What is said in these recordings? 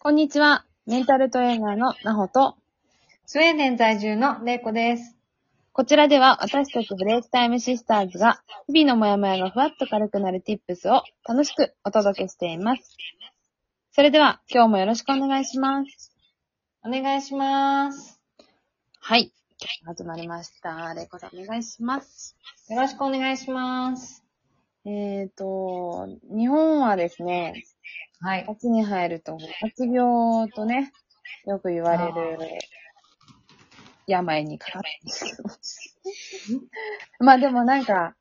こんにちは。メンタルトレーナーのなほと、スウェーデン在住のレイコです。こちらでは私たちブレイクタイムシスターズが、日々のモヤモヤがふわっと軽くなる tips を楽しくお届けしています。それでは、今日もよろしくお願いします。お願いします。はい。始まりました。レイコさんお願いします。よろしくお願いします。えーと、日本はですね、はい。夏に入ると、発病とね、よく言われる、病にかかってるんですけど。 まあでもなんか、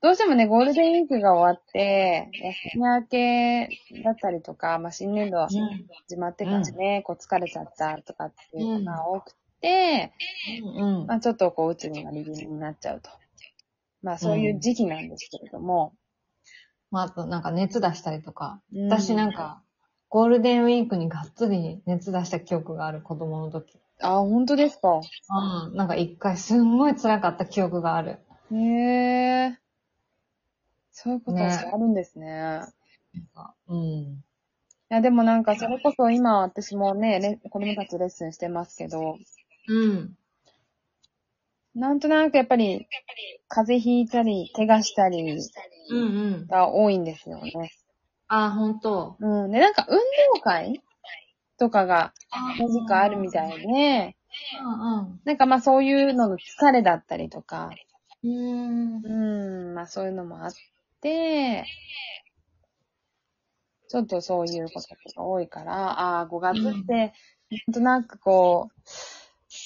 どうしてもね、ゴールデンウィークが終わって、休み明けだったりとか、まあ新年度はうん始まってからね、こう疲れちゃったとかっていうのが多くて、うんまあちょっとこう鬱になり気味になっちゃうと。まあそういう時期なんですけれども。まあ、あとなんか熱出したりとか。う私なんんか、ゴールデンウィークにがっつり熱出した記憶がある子供の時。あ、本当ですか。うん。なんか一回すんごい辛かった記憶がある。へえ。そういうことねあるんですね。うん。いや、でもなんか、それこそ今、私もね、レ子供たちレッスンしてますけど、うん。なんとなくやっぱり、風邪ひいたり、怪我したりうんうん。が多いんですよね。あ、ほんと。うん。で、なんか、運動会とかが、う何時間あるみたいで、んなんかまあそういうのの疲れだったりとか、うん。うん。うん、まあそういうのもあって、ちょっとそういうことが多いから、ああー、5月って、なんとなくこう、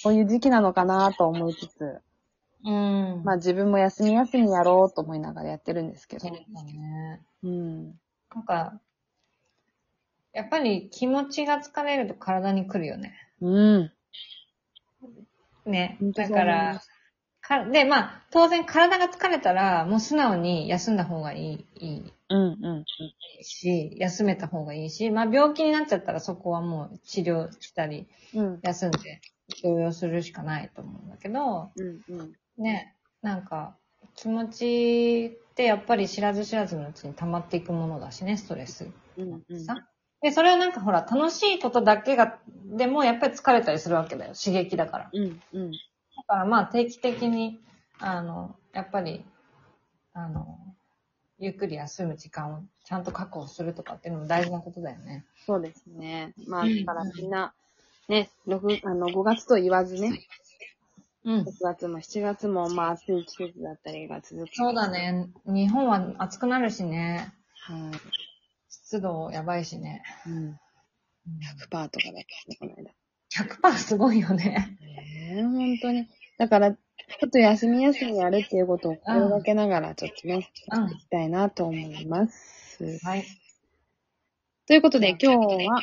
こういう時期なのかなと思いつつ、うん。まあ自分も休み休みやろうと思いながらやってるんですけそうど。だね。うん。なんか、やっぱり気持ちが疲れると体に来るよね。うん。ね本。当だそうから、かで、まあ、当然体が疲れたら、もう素直に休んだ方がいいいうんうん。いし、休めた方がいいし、まあ、病気になっちゃったらそこはもう治療したり、うん。休んで、療養するしかないと思うんだけど、うんうん。ね、なんか、気持ちってやっぱり知らず知らずのうちに溜まっていくものだしね、ストレス。うんうん。さで、それをなんかほら、楽しいことだけが、でもやっぱり疲れたりするわけだよ。刺激だから。うんうん。だからまあ定期的に、あの、やっぱり、あの、ゆっくり休む時間をちゃんと確保するとかっていうのも大事なことだよね。そうですね。まあ、うだんからみんな、ね、六あの、5月と言わずね、うん6。月も7月も、まあ、暑い季節だったりが続く。そうだ。ね。日本は暑くなるしね。はい。湿度やばいしね。うん。100%とかだったね、この間。 100%すごいよね。ねえ、本当に。だから、ちょっと休み休みやるっていうことを心がけながら、ちょっとね、うん行きたいなと思います。はい。ということで、今日は、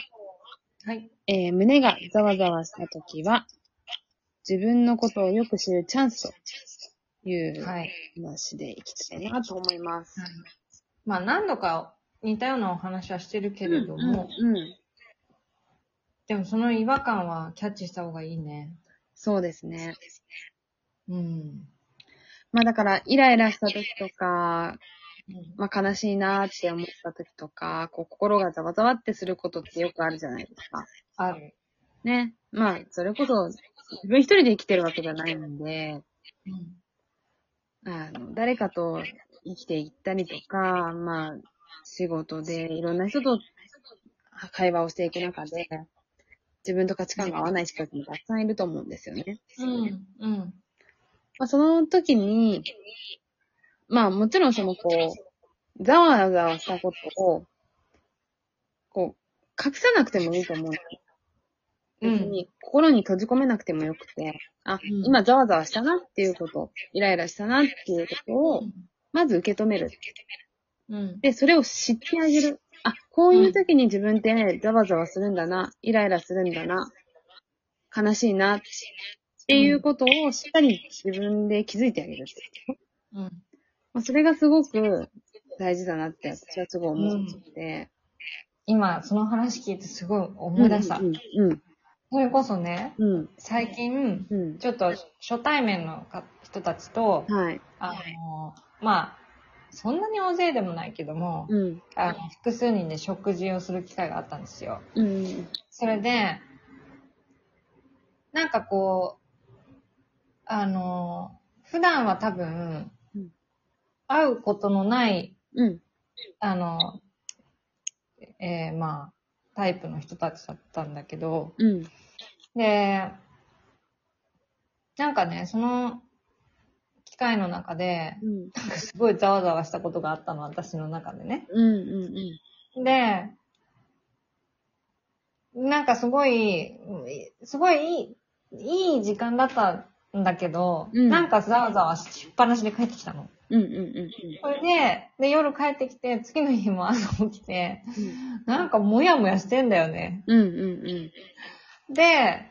はい。えー胸がざわざわしたときは、自分のことをよく知るチャンスというはい。話でいきたいなと思います。まあ何度か似たようなお話はしてるけれども、うん、うん。でもその違和感はキャッチした方がいいね。そうですね。うん。まあだから、イライラしたときとか、うんまあ悲しいなーって思ったときとか、こう心がざわざわってすることってよくあるじゃないですか。ある。ね。まあ、それこそ、自分一人で生きてるわけじゃないんで、うん。あの、誰かと生きていったりとか、まあ、仕事でいろんな人と会話をしていく中で、自分と価値観が合わない人たちもたくさんいると思うんですよね。うん。うん。まあ、その時に、まあ、もちろんその、こう、ざわざわしたことを、こう、隠さなくてもいいと思うんです別に心に閉じ込めなくてもよくて、あ、ん今ざわざわしたなっていうこと、イライラしたなっていうことを、まず受け止める。うん。で、それを知ってあげる。あ、こういう時に自分ってねざわざわするんだな、イライラするんだな、悲しいな、っていうことをしっかり自分で気づいてあげるってこと。うん。まあ、それがすごく大事だなって私はすごい思って、今、その話聞いてすごい思思いい出出し。したた。うん、うん、それこそね、うん、最近、うん。ちょっと初対面のか人たちと、はい。あの、まあ、そんなに大勢でもないけども、うん。あの複数人で食事をする機会があったんですよ。うん。それで、なんかこう、あの、普段は多分うん、会うことのない、うん。あの、えーまあ、タイプの人たちだったんだけど、うん。で、なんかね、その機会の中で、うん。なんかすごいざわざわしたことがあったの、私の中でね。うん。うん。で、なんかすごい、すごいいい、いい時間だったんだけど、うんなんかざわざわしっぱなしで帰ってきたの。うん。うん。うん。それで、で、夜帰ってきて、次の日も朝起きて、なんかもやもやしてんだよね。うん。うん。で、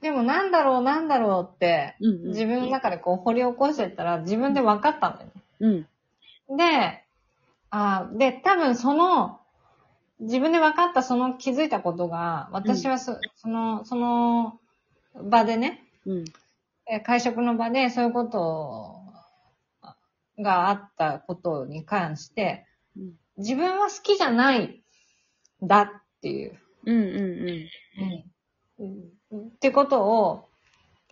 でもなんだろうなんだろうって、うん。自分の中でこう掘り起こしてったら自分で分かったんだよね。うん。で、あーで、多分その、自分で分かったその気づいたことが、私はそ,、その、その場でね、うん。えー会食の場でそういうことをがあったことに関して、うん自分は好きじゃない、んだっていう、うん。うん。うんってことを、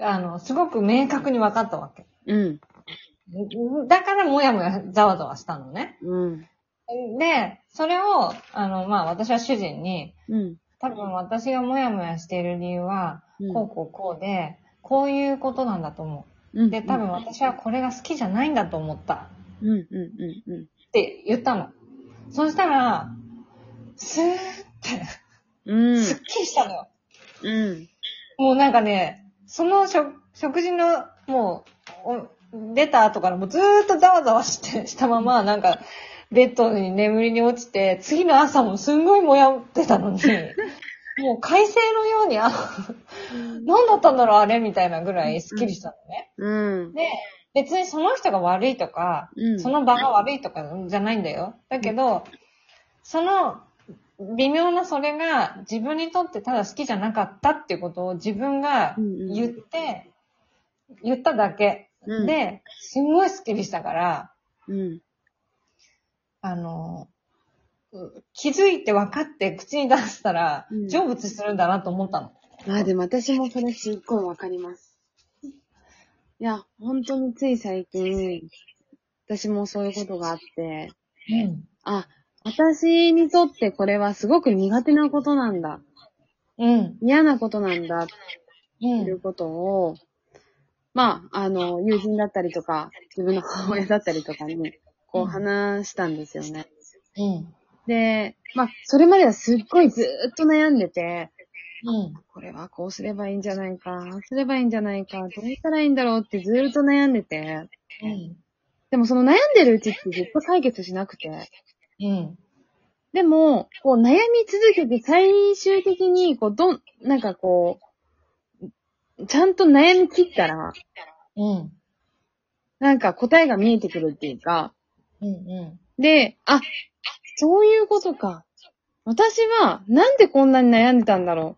あの、すごく明確に分かったわけ。うん。だからもやもやざわざわしたのね。うん。で、それを、あの、まあ、私は主人に、うん。多分私がモヤモヤしている理由は、うんこうこうこうで、こういうことなんだと思うんう。で、多分私はこれが好きじゃないんだと思った。うん。うん。うん。うん。って言ったの。そしたら、スーって、うん。すっきりしたのよ。うん。もうなんかね、その食食事の、もう、お出た後からもうずーっとざわざわして、したまま、なんか、ベッドに眠りに落ちて、次の朝もすんごいもやってた のに、もう快晴のように、あ、何だったんだろうあれみたいなぐらいスッキリしたのね。うん。で、別にその人が悪いとか、うん。その場が悪いとかじゃないんだよ。だけど、その、微妙なそれが自分にとってただ好きじゃなかったっていうことを自分がうんうん言って、言っただけ。うんで、すんごいスッキリしたから、うん。あの、う気づいて分かって口に出したらうん、成仏するんだなと思ったの。あ、でも私もそれすっごいわかります。いや、本当につい最近、私もそういうことがあって、うん。あ、私にとってこれはすごく苦手なことなんだ。うん。嫌なことなんだうっていんう。ことを、まあ、あの、友人だったりとか、自分の母親だったりとかに、こううん話したんですよね。うん。で、まあ、それまではすっごいずーっと悩んでて、うん。これはこうすればいいんじゃないか、ああすればいいんじゃないか、どうしたらいいんだろうってずーっと悩んでて、うん。でもその悩んでるうちってずっと解決しなくて、うん。でも、こう悩み続けて最終的に、こう、どん、なんかこう、ちゃんと悩み切ったら、うん。なんか答えが見えてくるっていうか、うん。で、あ、そういうことか。私は、なんでこんなに悩んでたんだろ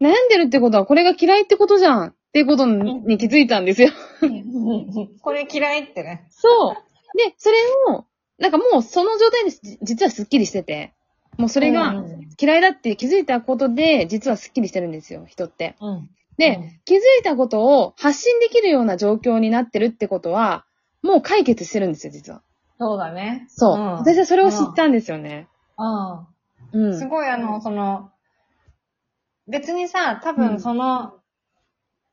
う。悩んでるってことは、これが嫌いってことじゃん。っていうことにに気づいたんですよ。うん。これ嫌いってね。そう。で、それを、なんかもうその状態です、じ実はスッキリしてて。もうそれうがん嫌いだって気づいたことで、実はスッキリしてるんですよ、人って。うん。で、うん気づいたことを発信できるような状況になってるってことは、もう解決してるんですよ、実は。そうだね。そう。ん私はそれを知ったんですよね。うんうすん。ごいあの、その、別にさ、多うん分その、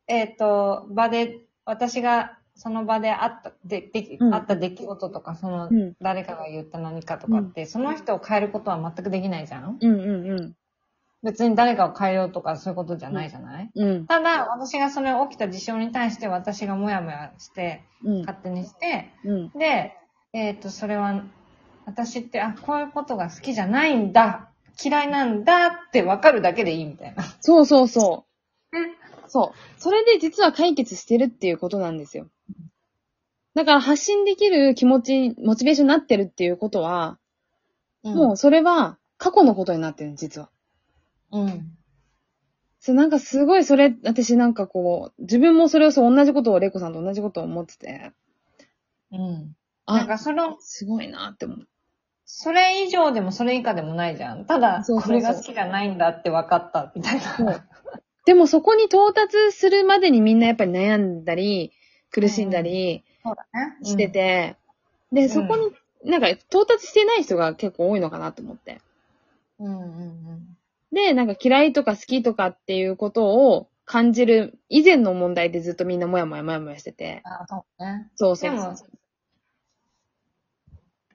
えっ、と、場で、私がその場であった、で、でき、うんあった出来事とか、その、うん誰かが言った何かとかって、その人を変えることは全くできないじゃんうんうんうん。別に誰かを変えようとかそういうことじゃないじゃない、うん。ただ、私がそれ起きた事象に対して私がモヤモヤして、うん。勝手にして、うん。で、えっ、と、それは、私って、あ、こういうことが好きじゃないんだ、嫌いなんだって分かるだけでいいみたいな。そうそうそうんう。そう。それで実は解決してるっていうことなんですよ。だから発信できる気持ち、モチベーションになってるっていうことは、もうそれは過去のことになってる、実は。うん、うん。そう、なんかすごいそれ、私なんかこう、自分もそれをそう、同じことを、レイコさんと同じことを思ってて、うん。なんあ、かその、すごいなって思う。それ以上でもそれ以下でもないじゃん。ただ、そうそうそうこれが好きじゃないんだって分かった、みたいな。でもそこに到達するまでにみんなやっぱり悩んだり、苦しんだりそうだねして。て、で、そこに、なんか到達してない人が結構多いのかなと思って。うんうんうんで、なんか嫌いとか好きとかっていうことを感じる以前の問題でずっとみんなもやもやもやもやしててうん。。あ、そうね。そうそでうそもう。、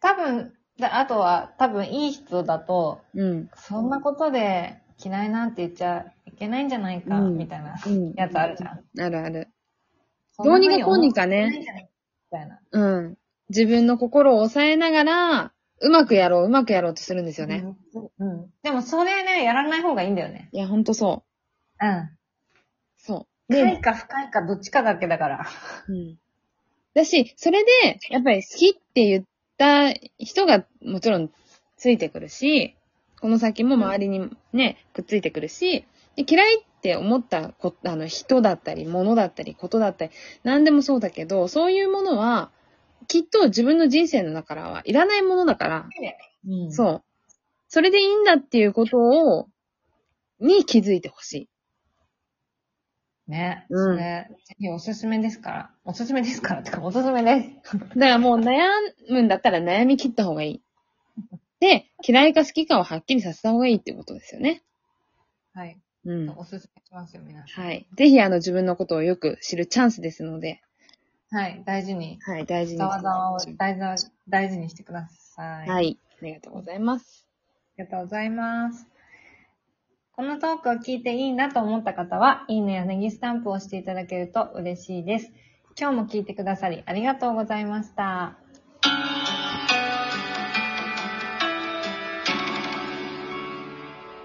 多分、だあとは、多分いい人だと、うん。そんなことで嫌いなんて言っちゃいけないんじゃないか、うんみたいなうん。やつあるじゃん。あるある。そどなうにふにかこうにかね思ってないんじゃないみたいな。うん。自分の心を抑えながら、うまくやろう、うまくやろうとするんですよね。うん。うん。でも、それね、やらない方がいいんだよね。いや、ほんとそうう。そん。う。快で、か不快かどっちかだけだから。うん。だし、それで、やっぱり好きって言った人がもちろんついてくるし、この先も周りにね、くっついてくるし、で嫌いって思ったこあの人だったり、物だったり、ことだったり、何でもそうだけど、そういうものは、きっと自分の人生の中からはいらないものだから、うんう。そう。それでいいんだっていうことを、に気づいてほしい。ね。うんそれ、ぜひおすすめですから。おすすめですから。てか、おすすめでだす。からもう悩むんだったら悩み切った方がいい。で、嫌いか好きかをはっきりさせた方がいいっていうことですよね。はい。うん。おすすめしますよ、皆さはい。ぜひあの自分のことをよく知るチャンスですので、ん。はい。大事に。はい、大事にざわざわをしてくだ大事な大事にしてくだささい。い。あはい。ありがとうございます。りがとうございます。このトークを聞いていいなと思った方は、いいねやネギスタンプをしていただけると嬉しいです。今日も聞いてくださりありがとうございました。